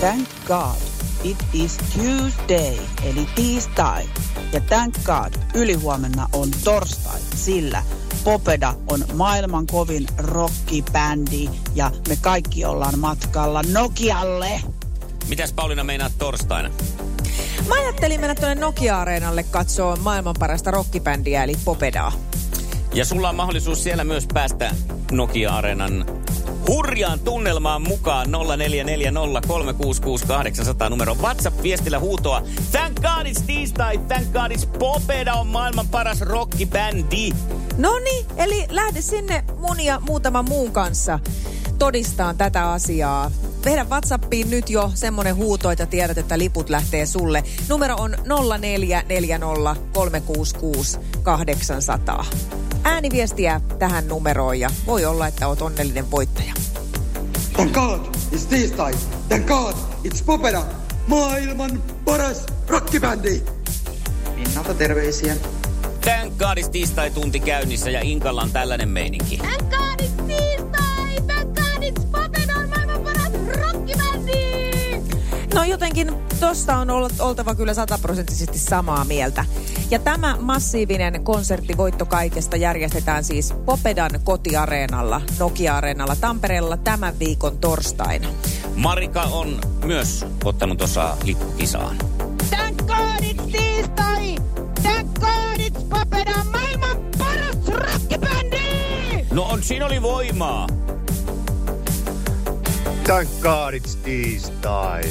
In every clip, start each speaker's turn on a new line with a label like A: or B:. A: Thank God. It is Tuesday, eli tiistai. Ja thank God, ylihuomenna on torstai, sillä Popeda on maailman kovin rockibändi ja me kaikki ollaan matkalla Nokialle.
B: Mitäs Pauliina meinaat torstaina?
C: Mä ajattelin mennä tuonne Nokia-areenalle katsoa maailman parasta rockibändiä eli Popedaa.
B: Ja sulla on mahdollisuus siellä myös päästä Nokia-areenan hurjaan tunnelmaan mukaan 0440366800 numero WhatsApp-viestillä huutoa. Thank God it's tiistai, thank God it's Popeda on maailman paras rockibändi.
C: No niin, eli lähde sinne mun ja muutaman muun kanssa todistaan tätä asiaa. Vedä WhatsAppiin nyt jo semmonen huuto, että tiedät, että liput lähtee sulle. Numero on 0440366800. Ääniviestiä tähän numeroon ja voi olla, että oot onnellinen voittaja.
D: Thank God, it's tiistai. Thank God, it's Popera. Maailman paras rockibändi. Minnalta terveisiä.
B: Thank God it's tiistai tunti käynnissä ja Inkalla on tällainen meininki.
E: Thank God it's tiistai! Thank God it's Popedon maailman paras rockibändi!
C: No jotenkin tosta on ollut, oltava kyllä sataprosenttisesti samaa mieltä. Ja tämä massiivinen konserttivoitto kaikesta järjestetään siis Popedan kotiareenalla, Nokia-areenalla Tampereella tämän viikon torstaina.
B: Marika on myös ottanut osaa lippukisaan.
E: Thank God it's tiistai! Thank God it's Popedon maailman paras rockibändi!
B: No on, siinä oli voimaa.
F: Thank God it's tiistai.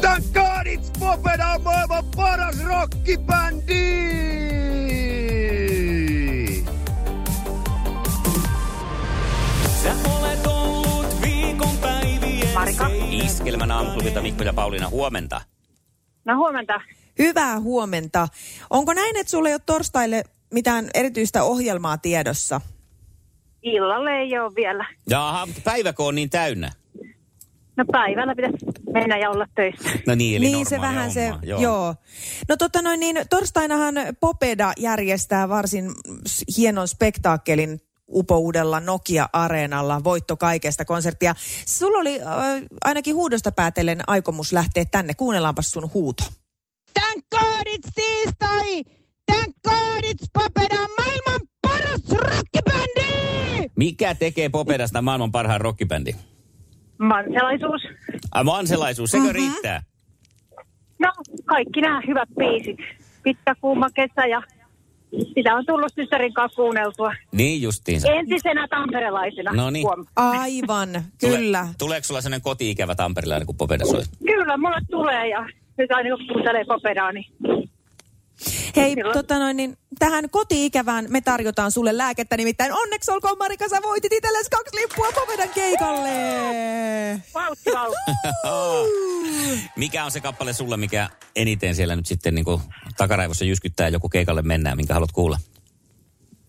F: Thank God it's Popeda maailman paras rockibändi!
B: Sä olet ollut viikon päivien Marika. Iskelmän aamuklubilta Mikko ja Pauliina, huomenta.
G: No huomenta.
C: Hyvää huomenta. Onko näin, että sulla ei ole torstaille mitään erityistä ohjelmaa tiedossa?
G: Illalla ei ole vielä.
B: Jaha, päiväkö on niin täynnä?
G: No päivällä pitäisi mennä ja olla töissä.
B: No niin, eli
C: niin se
B: normaali
C: vähän se,
B: homma,
C: joo. joo. No totta noin, niin torstainahan Popeda järjestää varsin s- hienon spektaakkelin upoudella Nokia-areenalla voitto kaikesta konserttia. Sulla oli äh, ainakin huudosta päätellen aikomus lähteä tänne. Kuunnellaanpas sun huuto.
E: Thank God it's tiistai! Thank God it's Popedon maailman paras rockibändi!
B: Mikä tekee Popedasta maailman parhaan rockibändi?
G: Manselaisuus.
B: Ai, Manselaisuus,
C: Mm-hmm.
B: sekö riittää?
G: No kaikki nämä hyvät biisit. Pitkä kuuma kesä ja sitä on tullut systerin kanssa kuunneltua.
B: Niin justiinsa.
G: Entisenä tamperelaisena.
B: No niin.
G: Huom.
C: Aivan, kyllä.
B: Tule, tuleeko sulla sellainen koti-ikävä Tampereella, kun Popeda soi?
G: Kyllä, mulle tulee ja nyt aina kun kuuntelee paperaa, niin
C: Hei,
G: Kyllä.
C: tota noin, niin tähän koti-ikävään me tarjotaan sulle lääkettä. Nimittäin onneksi olkoon Marika, sä voitit itsellesi kaksi lippua Popedan keikalle.
G: vauhti vauhti.
B: Mikä on se kappale sulle, mikä eniten siellä nyt sitten niin kuin takaraivossa jyskyttää joku keikalle mennään, minkä haluat kuulla?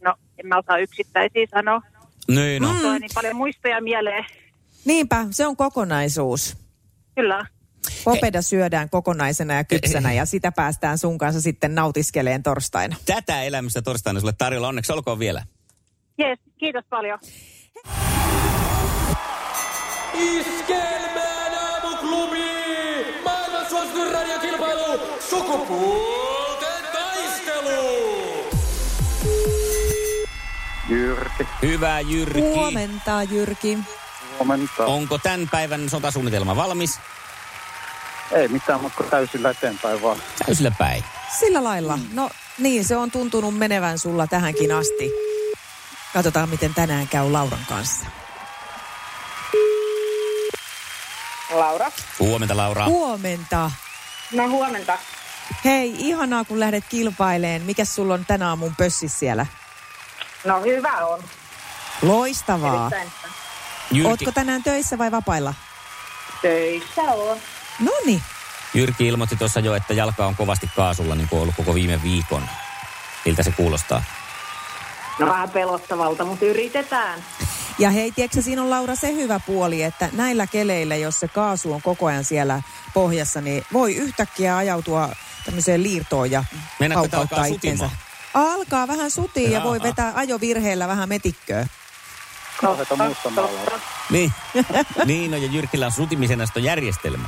G: No en mä osaa yksittäisiä sanoa.
B: Niin
C: Mm.
B: no.
G: Tulee niin paljon muistoja mieleen.
C: Niinpä, se on kokonaisuus.
G: Kyllä.
C: Popeda syödään kokonaisena ja kypsänä ja sitä päästään sun kanssa sitten nautiskeleen torstaina.
B: Tätä elämistä torstaina sulle tarjolla. Onneksi olkoon vielä.
G: Jees, kiitos paljon.
H: Iskelmään aamuklubi! Maailman suosituin radiokilpailu! Sukupuolten taistelu!
D: Jyrki,
B: Hyvää Jyrki.
C: Huomenta Jyrki.
D: huomenta.
B: Onko tämän päivän sotasuunnitelma valmis?
D: Ei mitään, mutta täysillä eteenpäin vaan.
B: Täysillä päin.
C: Sillä
G: Mm.
C: lailla. No niin, se on tuntunut menevän sulla tähänkin asti. Katsotaan, miten tänään käy Lauran kanssa.
G: Laura.
B: Huomenta Laura.
C: Huomenta.
G: Ah. No huomenta.
C: Hei, ihanaa kun lähdet kilpaileen. Mikäs sulla on tänä aamun pössis siellä?
G: No hyvä on.
B: Ah.
C: Loistavaa.
G: Erittäin.
B: Jyrki,
C: Ootko tänään töissä vai vapailla? No niin.
G: Töissä on.
C: Noni.
B: Jyrki ilmoitti tuossa jo, että jalka on kovasti kaasulla, niin kuin ollut koko viime viikon. Miltä se kuulostaa?
G: No vähän pelottavalta, mutta yritetään.
C: Ja hei, tiedätkö, siinä on Laura se hyvä puoli, että näillä keleillä, jos se kaasu on koko ajan siellä pohjassa, niin voi yhtäkkiä ajautua tämmöiseen liirtoon ja
B: Meinaatko, että
C: kaupauttaa
B: alkaa
C: itsensä.
B: sutimaan?
C: Alkaa vähän sutia ja voi
B: Jaa.
C: vetää ajovirheellä vähän metikköä.
D: Kauheita muusta maalaa.
B: Niin, niin no, ja Jyrkillä on sutimisennastojärjestelmä.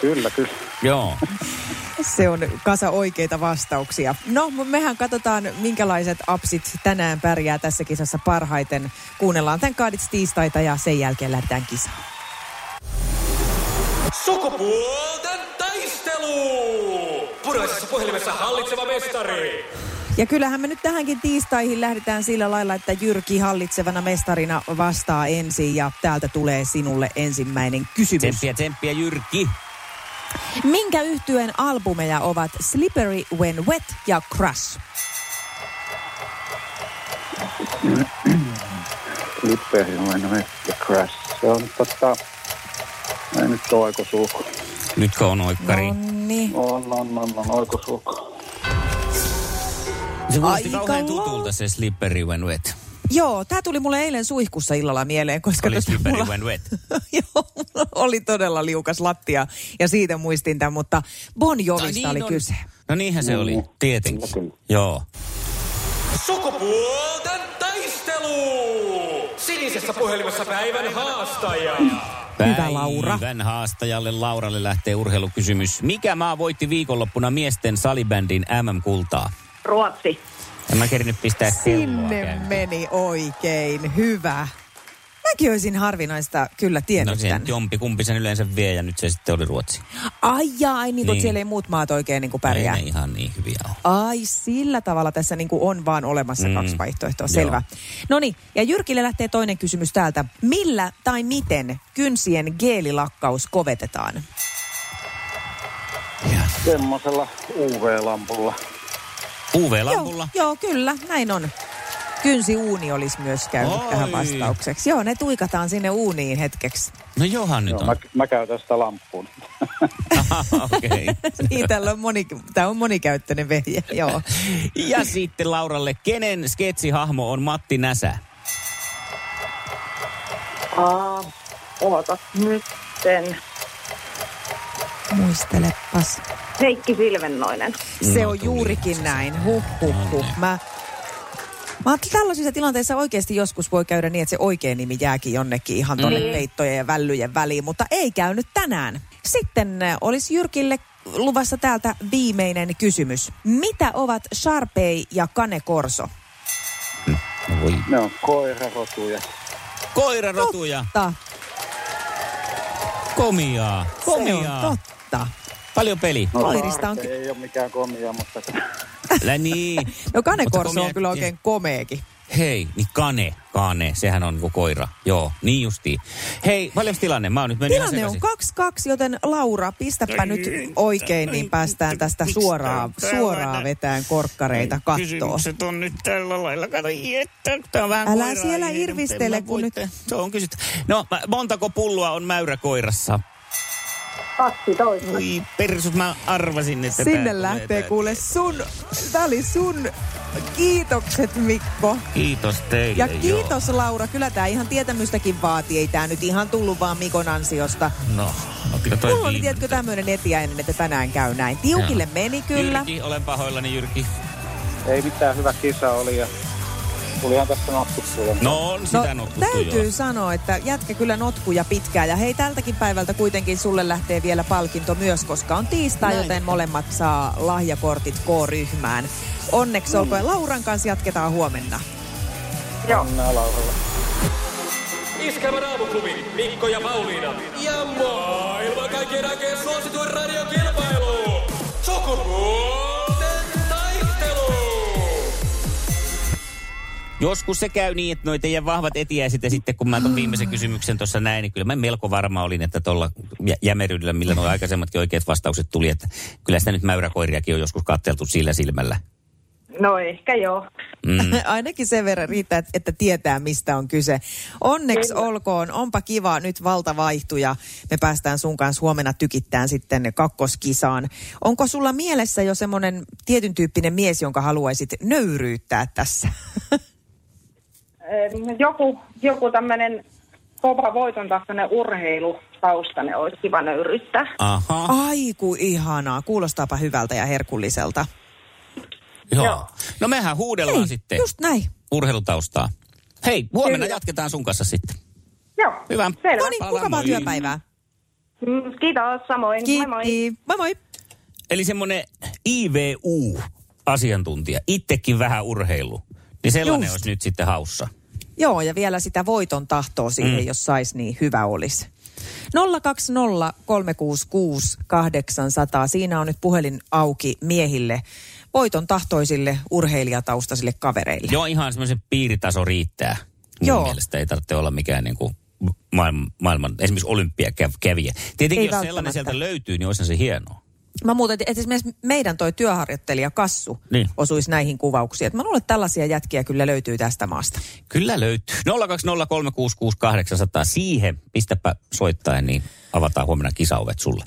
D: Kyllä, kyllä.
B: Joo.
C: Se on kasa oikeita vastauksia. No, mut mehän katsotaan, minkälaiset apsit tänään pärjää tässä kisassa parhaiten. Kuunnellaan tämän kaadits tiistaita ja sen jälkeen lähdetään kisaan.
H: Sukupuolten taistelu! Puraisessa puhelimessa hallitseva mestari!
C: Ja kyllähän me nyt tähänkin tiistaihin lähdetään sillä lailla, että Jyrki hallitsevana mestarina vastaa ensin ja täältä tulee sinulle ensimmäinen kysymys.
B: Tsemppiä, tsemppiä, Jyrki.
C: Minkä yhtyeen albumeja ovat Slippery When Wet ja Crush?
D: Lipperi on ja crash. Se on tota... Ei nyt ole oikosulku.
B: Nytkö on oikkari?
C: No niin. Nonni.
D: On, on, on, on oikosulku.
B: Se kuulosti
C: Aika
B: kauhean
C: lou-
B: tutulta se Slippery When Wet.
C: Joo, tämä tuli mulle eilen suihkussa illalla mieleen, koska
B: Oli
C: tota
B: Slippery
C: mulla-
B: When Wet.
C: Joo, mulla oli todella liukas lattia ja siitä muistin tämän, mutta Bon Jovista
B: niin
C: oli
B: on.
C: kyse.
B: No niinhän se oli, tietenkin.
D: Kyllä, kyllä.
B: Joo.
H: Sukupuolten taistelu! Sinisessä puhelimessa päivän haastaja.
C: Hyvä, Laura.
B: Päivän haastajalle Lauralle lähtee urheilukysymys. Mikä maa voitti viikonloppuna miesten salibändin MM-kultaa?
G: Ruotsi.
B: En mä kerinyt pistää kelloa
C: Sinne
B: käyntiin.
C: meni oikein, hyvä. Mäkin olisin harvinaista kyllä
B: No
C: tiennyt no,
B: sen
C: tämän.
B: jompi kumpi sen yleensä vie ja nyt se sitten oli Ruotsi. No
C: Ai jaa, ai niin, kun
B: Niin.
C: siellä ei muut maat oikein niin kuin
B: No Ei
C: pärjää.
B: ne ihan niin hyviä ole.
C: Ai, sillä tavalla tässä niin kuin on vaan olemassa
B: Mm.
C: mm. kaksi vaihtoehtoa,
B: Joo.
C: selvä. No niin, ja Jyrkille lähtee toinen kysymys täältä. Millä tai miten kynsien geelilakkaus kovetetaan?
D: Semmoisella UV-lampulla.
B: UV-lampulla.
C: Joo, joo, kyllä, näin on. Kynsi uuni olisi myös käynyt
B: Oi.
C: Oi. tähän vastaukseksi. Joo, ne tuikataan sinne uuniin hetkeksi.
B: No johan nyt
D: Joo,
B: on.
D: mä, mä käytän sitä lamppua.
B: Okei.
C: niin, tällä on moni, tämä on monikäyttöinen vehje, joo.
B: Ja sitten Lauralle, kenen sketsihahmo on Matti Näsä?
G: Aa, oota nytten.
C: Muistelepas.
G: Heikki Silvennoinen.
C: Se
B: No,
C: on
B: tuli.
C: juurikin näin. Huh, huh, huh. Mä, mä ajattelin, tällaisissa tilanteissa oikeasti joskus voi käydä niin, että se oikea nimi jääkin jonnekin ihan tonne
G: Niin.
C: mm. peittojen ja vällyjen väliin, mutta ei käynyt tänään. Sitten äh, olisi Jyrkille luvassa täältä viimeinen kysymys. Mitä ovat Sharpei ja Kane Korso?
B: Voi.
D: Ne on koirarotuja.
B: Koirarotuja.
C: Totta,
B: Komiaa.
C: No. se on
B: Komiaa.
C: totta.
B: Paljon peli.
D: No,
C: Koirista
D: Koirista
C: on ky-
D: Ei ole mikään komia, mutta...
B: Lä niin.
C: No Kane
B: Mutta
C: Korso
B: komea-
C: on kyllä oikein komeekin.
B: Hei, niin kane, kane, sehän on kuin koira. Joo, niin justiin. Hei, paljon tilanne? Mä oon nyt mennyt ihan
C: Tilanne on 2-2,
B: sekaisin.
C: joten Laura, pistäpä nyt oikein, niin päästään tästä suoraan, suoraan vetään korkkareita kattoon.
B: on nyt tällä lailla. Kato, että tämä on vähän
C: Älä
B: koiraa
C: siellä
B: ihminen,
C: irvistele,
B: mutta en mä
C: kun
B: voi
C: nyt-
B: te- Se on kysytty. No, mä, montako pulloa on mäyrä koirassa?
G: 12.
B: Oi, persut, mä arvasin, että... tää
C: Sinne
B: tulee
C: lähtee
B: tää.
C: kuule sun, tää oli sun kiitokset Mikko.
B: Kiitos teille,
C: Ja
B: joo.
C: kiitos Laura, kyllä tää ihan tietämystäkin vaatii, ei tää nyt ihan tullut vaan Mikon ansiosta.
B: No, no kyllä toi
C: Mulla oli
B: viimeinen.
C: tiedätkö tämmönen etiäinen, että tänään käy näin. Tiukille
B: Joo.
C: meni kyllä.
B: Jyrki, olen pahoillani, Jyrki.
D: ei mitään hyvä kisa oli ja tulihan tässä notkuttuja.
B: No on
C: No,
B: sitä notkuttu
C: täytyy
B: jo.
C: sanoa, että jätkä kyllä notkuja pitkään. Ja hei, tältäkin päivältä kuitenkin sulle lähtee vielä palkinto myös, koska on tiistai,
B: Näin.
C: joten molemmat saa lahjakortit K-ryhmään. Onneksi olkoon. Lauran kanssa jatketaan huomenna.
D: Onnea Lauralla.
H: Iskävän aamuklubi, Mikko ja Pauliina. Ja maailman kaikkien aikeen suosituen radiokilpailu. Sukupuolten taistelu!
B: Joskus se käy niin, että noi teidän vahvat etiäiset ja sitten kun mä ton viimeisen kysymyksen tuossa näin, niin kyllä mä melko varma olin, että tuolla jä- jämeryydellä, millä nuo aikaisemmatkin oikeat vastaukset tuli, että kyllä sitä nyt mäyräkoiriakin on joskus katteltu sillä silmällä.
G: No ehkä joo.
B: Mm.
C: Ainakin sen verran riittää, että tietää, mistä on kyse. Onneksi olkoon. Onpa kiva. Nyt valta vaihtui ja me päästään sun kanssa huomenna tykittään sitten kakkoskisaan. Onko sulla mielessä jo semmoinen tietyn tyyppinen mies, jonka haluaisit nöyryyttää tässä?
G: Em, Joku, joku tämmöinen kova voiton tahtoinen urheilutaustainen olisi kiva nöyryttää.
B: Aha,
C: Aiku ihanaa. Kuulostaapa hyvältä ja herkulliselta.
B: joo. No mehän huudellaan
C: Hei,
B: sitten
C: just näin.
B: urheilutaustaa. Hei, huomenna
G: Kyllä.
B: jatketaan sun kanssa sitten.
G: Joo.
B: Hyvä.
G: Selvä.
C: No niin,
B: Palaa,
C: mukavaa
B: moi.
C: työpäivää.
G: Mm, kiitos, samoin. Moi moi.
C: Kiitti. Moi moi.
B: Eli semmoinen IVU-asiantuntija, itsekin vähän urheilu, niin sellainen
C: Just.
B: olisi nyt sitten haussa.
C: Joo, ja vielä sitä voiton tahtoa siihen, mm. jos saisi, niin hyvä olisi. 020366800. Siinä on nyt puhelin auki miehille, voiton tahtoisille urheilijataustaisille kavereille.
B: Joo, ihan semmoisen piiritaso riittää. Mun
C: Joo.
B: Joo. mielestä ei tarvitse olla mikään niin kuin maailman, maailman, esimerkiksi olympiakävijä. Tietenkin
C: Ei
B: jos sellainen
C: välttämättä.
B: sieltä löytyy, niin olisihan se hienoa.
C: Mä muuten, että esimerkiksi meidän toi työharjoittelija Kassu niin.
B: Niin.
C: osuisi näihin kuvauksiin. Et mä luulen, että tällaisia jätkiä kyllä löytyy tästä maasta.
B: Kyllä löytyy. 020366800. Siihen pistäpä soittaa niin avataan huomenna kisaovet sulle.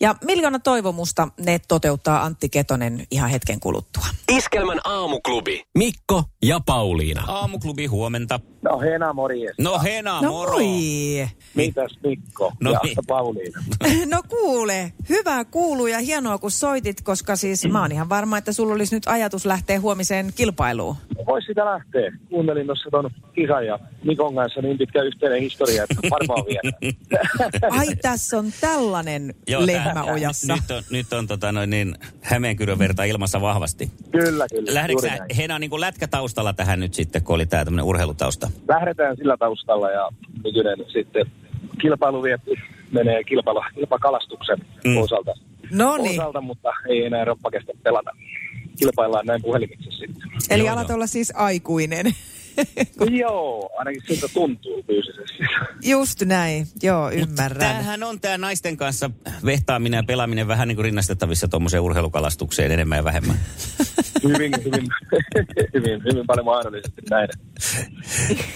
C: Ja miljoona toivomusta ne toteuttaa Antti Ketonen ihan hetken kuluttua.
H: Iskelmän aamuklubi. Mikko ja Pauliina.
B: Aamuklubi huomenta.
D: No Hena, morjes.
B: No Hena,
C: No
B: moro.
C: moi.
D: Mitäs Mikko
B: Niin. No
D: ja
B: niin.
D: Pauliina?
C: No kuule, hyvää kuuluu ja hienoa kun soitit, koska siis mä oon ihan varma, että sulla olisi nyt ajatus lähteä huomiseen kilpailuun.
D: Voisi sitä lähteä. Kuuntelin tuossa ton kisan ja Mikon kanssa niin pitkä yhteinen historia, että varmaan vielä.
C: Ai tässä on tällainen lehmä
B: tää-
C: ojassa.
B: Nyt on, nyt on tota noin niin, Hämeenkyrön verta ilmassa vahvasti.
D: Kyllä, kyllä.
B: Lähdetkö
D: juuri
B: sä,
D: näin.
B: Hena niin kuin lätkätaustalla tähän nyt sitten, kun oli tämä tämmöinen urheilutausta?
D: Lähdetään sillä taustalla ja nykyinen sitten kilpailu vie, menee kilpailu, kilpakalastuksen
B: Mm.
D: mm. osalta.
C: No niin,
D: osalta, mutta ei enää roppa kestä pelata. Kilpaillaan näin puhelimitse sitten. No
C: eli
B: Joo,
C: alat
B: joo.
C: olla siis aikuinen.
D: Joo, ainakin siltä tuntuu fyysisesti.
C: Just näin, joo ymmärrän.
B: Tämähän on tämä naisten kanssa vehtaaminen ja pelaaminen vähän niin kuin rinnastettavissa tuommoiseen urheilukalastukseen enemmän ja vähemmän.
D: hyvin, hyvin, hyvin, hyvin paljon mahdollisesti näin.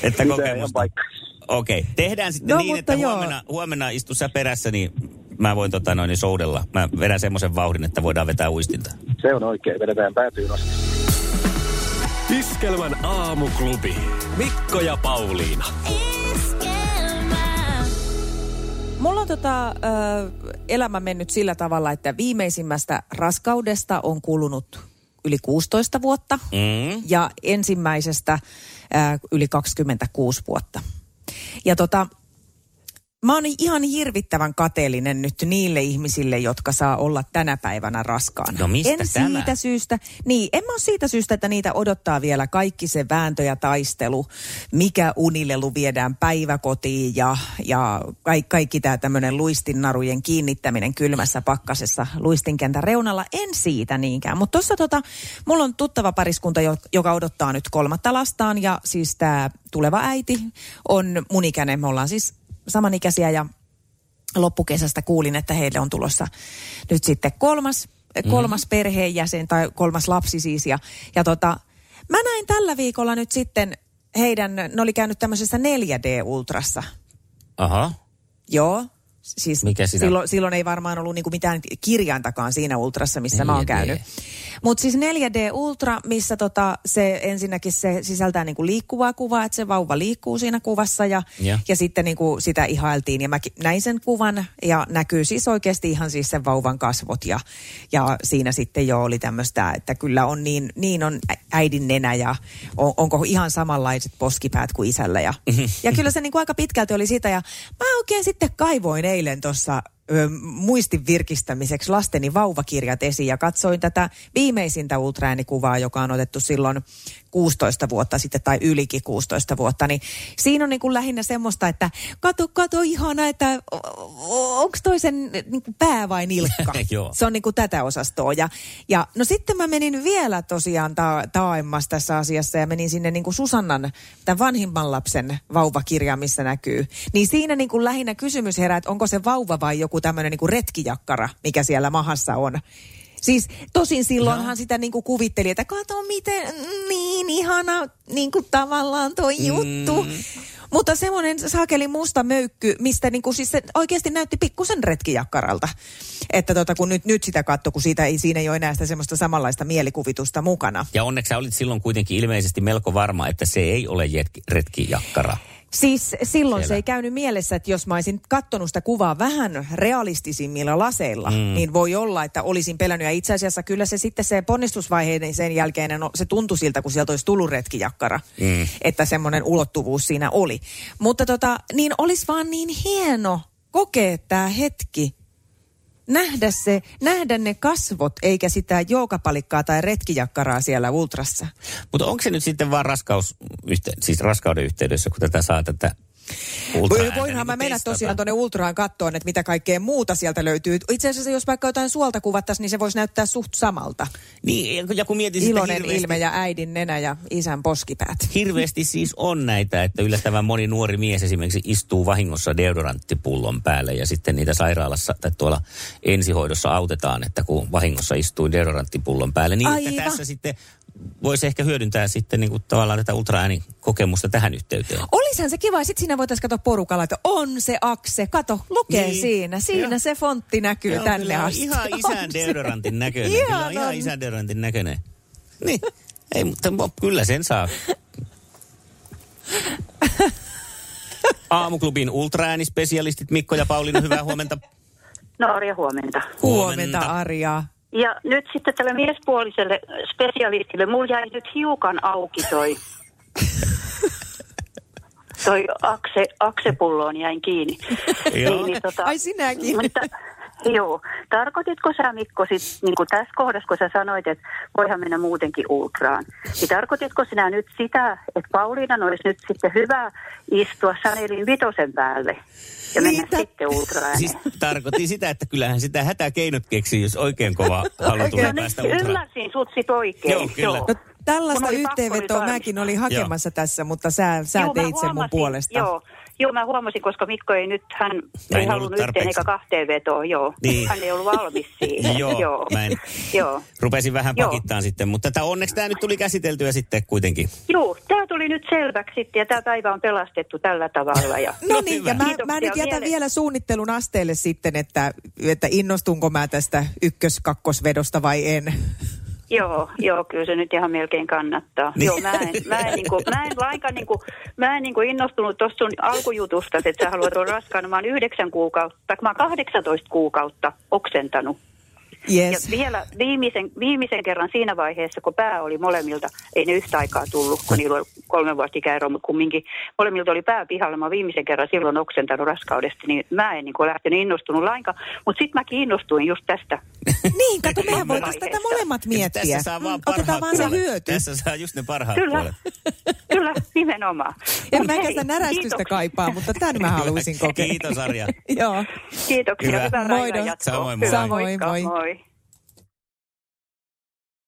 B: Että
D: Mitä ei ole
B: kokemusta.
D: paikka.
B: Okei, okay. tehdään sitten
C: No,
B: no, niin,
C: mutta
B: että
C: joo.
B: huomenna, huomenna istu sä perässä, niin mä voin tota noin niin soudella. Mä vedän semmoisen vauhdin, että voidaan vetää uistinta.
D: Se on oikein, vedetään päätyyn asti.
H: Iskelmän aamuklubi. Mikko ja Pauliina.
C: Mulla on tota, ö, elämä mennyt sillä tavalla, että viimeisimmästä raskaudesta on kulunut yli 16 vuotta
B: Mm.
C: ja ensimmäisestä ää, yli 26 vuotta. Ja tota, mä oon ihan hirvittävän kateellinen nyt niille ihmisille, jotka saa olla tänä päivänä raskaana.
B: No mistä
C: en
B: tämä?
C: siitä syystä, niin en mä ole siitä syystä, että niitä odottaa vielä kaikki se vääntö ja taistelu, mikä unilelu viedään päiväkotiin ja, ja kaikki, kaikki tämä tämmöinen luistinnarujen kiinnittäminen kylmässä pakkasessa luistinkentän reunalla. En siitä niinkään, mutta tuossa tota, mulla on tuttava pariskunta, jo- joka odottaa nyt kolmatta lastaan ja siis tämä tuleva äiti on mun ikäinen, me ollaan siis samanikäisiä ja loppukesästä kuulin, että heille on tulossa nyt sitten kolmas, kolmas mm. perheenjäsen tai kolmas lapsi siis. Ja, ja tota, mä näin tällä viikolla nyt sitten heidän, ne oli käynyt tämmöisessä 4D-ultrassa.
B: Aha.
C: Joo. Siis
B: Mikä siinä-
C: silloin, silloin ei varmaan ollut niinku mitään kirjaintakaan siinä ultrassa, missä mä oon
B: 4D.
C: käynyt. Mutta siis 4D Ultra, missä tota se ensinnäkin se sisältää niinku liikkuvaa kuvaa, että se vauva liikkuu siinä kuvassa ja,
B: Joo.
C: ja sitten niinku sitä ihailtiin. Ja mä näin sen kuvan ja näkyy siis oikeasti ihan siis sen vauvan kasvot ja, ja siinä sitten jo oli tämmöistä, että kyllä on niin, niin on ä- äidin nenä ja on, onko ihan samanlaiset poskipäät kuin isällä. Ja, ja kyllä se niinku aika pitkälti oli sitä ja mä oikein sitten kaivoin eilen tuossa ö, muistin virkistämiseksi lasteni vauvakirjat esiin ja katsoin tätä viimeisintä ultraäänikuvaa, joka on otettu silloin 16 vuotta sitten tai ylikin 16 vuotta, niin siinä on niin kuin lähinnä semmoista, että kato, kato ihana, että onko toisen niin kuin pää vai nilkka.
B: Joo.
C: Se on niin kuin tätä osastoa. Ja, ja no sitten mä menin vielä tosiaan ta- taaemmas tässä asiassa ja menin sinne niin kuin Susannan, tämän vanhimman lapsen vauvakirja, missä näkyy. Niin siinä niin kuin lähinnä kysymys herää, että onko se vauva vai joku tämmöinen niin kuin retkijakkara, mikä siellä mahassa on. Siis tosin silloinhan sitä niin kuin kuvitteli, että kato miten mm, niin ihana niin kuin tavallaan tuo juttu. Mutta semmoinen saakeli musta möykky, mistä niinku siis se oikeasti näytti pikkusen retkijakkaralta. Että tota, kun nyt, nyt sitä katto, kun siitä ei, siinä ei ole enää sitä semmoista samanlaista mielikuvitusta mukana.
B: Ja onneksi sä olit silloin kuitenkin ilmeisesti melko varma, että se ei ole jetki, retkijakkara.
C: Siis silloin Siellä. se
B: Siellä.
C: ei käynyt mielessä, että jos mä olisin kattonut sitä kuvaa vähän realistisimmilla laseilla, mm. niin voi olla, että olisin pelännyt. Ja itse asiassa kyllä se sitten se ponnistusvaiheen sen jälkeinen, no, se tuntui siltä, kun sieltä olisi tullut retkijakkara, mm. että semmoinen ulottuvuus siinä oli. Mutta tota, niin olisi vaan niin hieno kokea tämä hetki, nähdä, se, nähdä ne kasvot, eikä sitä joukapalikkaa tai retkijakkaraa siellä ultrassa.
B: Mutta onko se nyt sitten vaan raskaus, yhte- siis raskauden yhteydessä, kun tätä saa tätä
C: Voi,
B: ultraääntä,
C: voinhan mä
B: niin
C: mennä
B: testata?
C: tosiaan tuonne ultraan kattoon, että mitä kaikkea muuta sieltä löytyy. Itse asiassa jos vaikka jotain suolta kuvattaisiin, niin se voisi näyttää suht samalta.
B: Niin, ja kun mietin sitä
C: Iloinen
B: hirveästi,
C: ilme ja äidin nenä ja isän poskipäät.
B: hirveästi siis on näitä, että yllättävän moni nuori mies esimerkiksi istuu vahingossa deodoranttipullon päälle ja sitten niitä sairaalassa tai tuolla ensihoidossa autetaan, että kun vahingossa istuu deodoranttipullon päälle, niin että
C: Aivan.
B: tässä sitten voisi ehkä hyödyntää sitten niin kuin tavallaan tätä ultraäänikokemusta tähän yhteyteen.
C: Olisihan se kiva, sitten siinä voitaisiin katsoa porukalla, että on se akse, kato, lukee
B: Niin.
C: niin. siinä, siinä
B: Joo.
C: se fontti näkyy
B: Joo,
C: tänne
B: kyllä on
C: asti.
B: Ihan
C: On
B: isän
C: se.
B: deodorantin näköinen. Ihan, kyllä on ihan
C: on.
B: isän deodorantin näköinen. Niin, ei, mutta mo- kyllä sen saa. Aamuklubin ultraäänispesialistit Mikko ja Pauliina, hyvää huomenta.
I: No Arja, huomenta.
C: Huomenta Arja.
I: Ja nyt sitten tälle miespuoliselle spesialistille, mulla jäi nyt hiukan auki toi, toi akse, aksepulloon jäin kiinni.
B: Joo.
I: tota,
C: Ai sinäkin.
I: Mutta, joo. Tarkoititko sä Mikko sit, niin kuin tässä kohdassa, kun sä sanoit, että voihan mennä muutenkin ultraan, niin tarkoititko sinä nyt sitä, että Pauliinan olisi nyt sitten hyvä istua Sanelin vitosen päälle ja mennä
C: Niitä-
I: sitten ultraan?
B: Siis tarkoitin sitä, että kyllähän sitä hätäkeinot keksii, jos oikein kova halu tulee päästä ultraan.
I: Ymmärsin sut sit oikein.
B: Joo, kyllä.
C: No,
I: Mun
C: tällaista
I: oli pakko
C: yhteenvetoa
I: nyt
C: mäkin olin hakemassa tässä, mutta sä, sä
I: Joo, mä
C: teit sen mun
I: huomasin,
C: puolesta.
I: Joo. Joo, mä huomasin, koska Mikko ei nyt, hän
B: Mä en
I: ei,
B: ollut
I: halunnut yhteen
B: tarpeeksi.
I: eikä kahteen vetoon, joo.
B: Niin.
I: Hän ei ollut valmis siihen.
B: Joo, mä en-
I: joo.
B: Rupesin vähän
I: Joo.
B: pakittaan sitten, mutta tätä, onneksi tämä nyt tuli käsiteltyä sitten kuitenkin.
I: Joo, tämä tuli nyt selväksi sitten ja tämä päivä on pelastettu tällä tavalla. Ja...
C: No niin, ja mä, mä
I: Kiitoksia
C: nyt jätän
I: miele-
C: vielä suunnittelun asteelle sitten, että, että innostunko mä tästä ykkös-kakkosvedosta vai en.
I: Joo, joo, kyllä se nyt ihan melkein kannattaa.
B: Niin.
I: Niin. Joo, mä en, mä en, niinku, mä en lainkaan niinku, mä en niinku innostunut tuosta sun alkujutusta, että sä haluat olla raskaana. Mä oon yhdeksän kuukautta, tai mä oon 18 kuukautta oksentanut.
C: Yes.
I: Ja vielä viimeisen, viimeisen kerran siinä vaiheessa, kun pää oli molemmilta, ei ne yhtä aikaa tullut, kun niillä oli kolme vuotta ikäero, mutta kumminkin molemmilta oli pää pihalla. Mä oon viimeisen kerran silloin oksentanut raskaudesta, niin mä en niin lähtenyt innostunut lainkaan. Mutta sitten mä kiinnostuin just tästä.
C: Niin, kato, mehän
I: Vaiheessa.
C: voitaisiin tätä molemmat miettiä.
B: Tässä saa vaan
C: Mm,
B: parhaat
C: Otetaan vaan se
B: puolet.
C: hyöty.
B: Tässä saa just ne parhaat
I: Kyllä,
B: puolet.
I: kyllä, nimenomaan.
C: En
I: Mut
C: mä
I: hei,
C: sitä närästystä
I: kiitoksia.
C: kaipaa, mutta tämän mä haluaisin kokea.
B: Kiitos Arja.
C: Joo.
I: Kiitoksia,
B: Hyvä.
I: hyvää
C: Moido.
I: päivän jatkoa.
B: Samoin, moi.
I: Hyvä,
C: Samoin,
I: moikka,
C: moi.
I: moi.